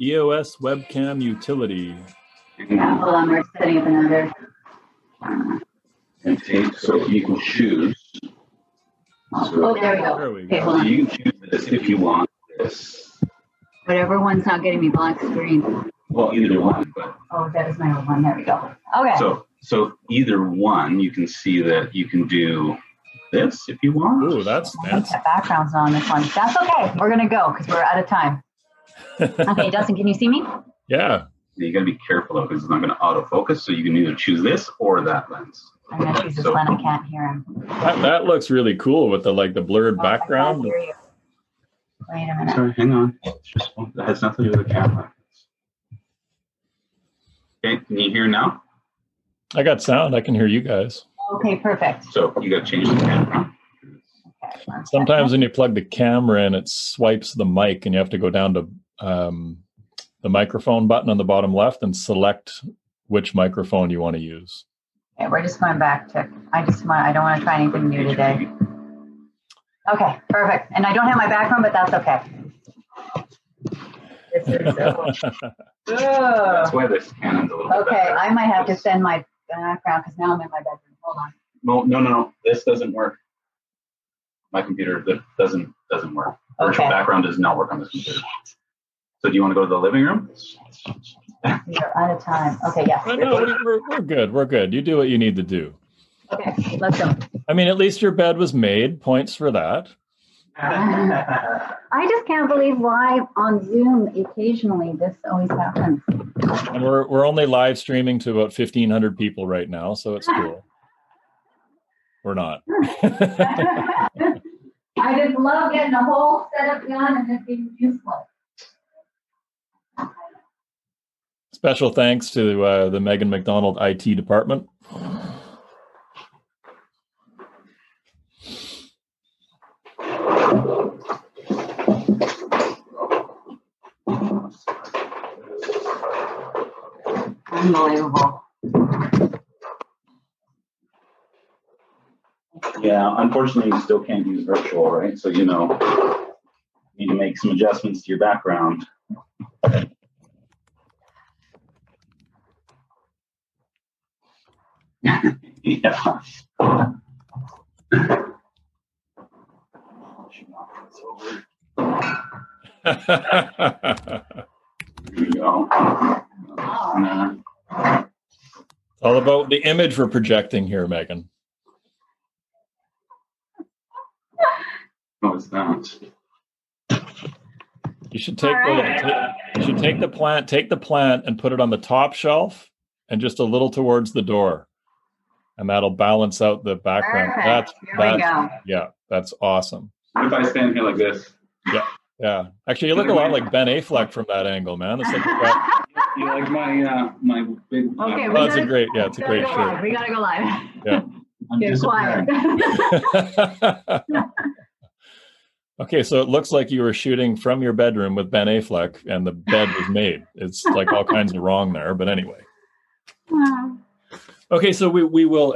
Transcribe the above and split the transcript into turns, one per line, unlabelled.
EOS E webcam utility.
Yeah, hold on, we're setting up another.
and tape, so you can choose.
Oh,
So
there we go.
There we
Okay,
go.
hold on.
you can choose this if you want this.
Whatever one's not getting me black screen.
Well, either one, but
Oh, that is my old one. There we go. Okay.
so so either one, you can see that you can do this if you want.
Ooh, that's
I think
that's
that background's on this one. That's okay. We're gonna go because we're out of time. Okay, Dustin, can you see me?
yeah.
You gotta be careful though, because it's not gonna autofocus, so you can either choose this or that lens.
I'm gonna choose this
So-
one. I can't hear him.
That, that looks really cool with the like the blurred
Oh, I can't
background.
hear you. Wait a minute.
Sorry, hang on. It's just- That has nothing to do with the camera. Okay, can you hear now?
I got sound. I can hear you guys.
Okay, perfect.
So you gotta change the camera.
Okay, one second.
Sometimes when you plug the camera in, it swipes the mic, and you have to go down to um, the microphone button on the bottom left and select which microphone you want to use.
Okay, we're just going back to. I just want. I don't want to try anything new today. Okay, perfect. And I don't have my background, but that's okay. This is. so- Ugh.
That's why this Canon's a little bit
Okay,
better.
I might have to send my background because now I'm in my bedroom. Hold on.
No, no, no, no. This doesn't work. My computer that doesn't doesn't work. Virtual
Okay.
background does not work on this computer. So do you want to go to the living room?
We are out of time. Okay, yes.
But no, we- we're, we're good. We're good. You do what you need to do.
Okay, let's go.
I mean, at least your bed was made. Points for that.
I just can't believe why on Zoom occasionally this always happens.
And we're we're only live streaming to about fifteen hundred people right now, so it's cool. We're not.
I just love getting a whole setup done and it being useless.
Special thanks to uh, the Megan McDonald IT department.
Unbelievable.
yeah, unfortunately, you still can't use virtual, right? So you know, you need to make some adjustments to your background. yeah.
it's
There you go. Uh,
all about the image we're projecting here, Megan.
no, it's not.
You should take
All right.
the you should take the plant, take the plant, and put it on the top shelf, and just a little towards the door, and that'll balance out the background.
Perfect.
That's
Here we
that's
go.
yeah, that's awesome.
What if I stand here like this?
Yeah, actually, you look a lot like Ben Affleck from that angle, man. It's like you've got
You like my uh, my big?
Okay,
Oh, it's a great, yeah, it's a
Gotta
great
go live. We gotta go live.
I'm
Get quiet.
disappearing.
shirt. okay, so it looks like you were shooting from your bedroom with Ben Affleck, and the bed was made. It's like all kinds of wrong there, but anyway. Okay, so we we will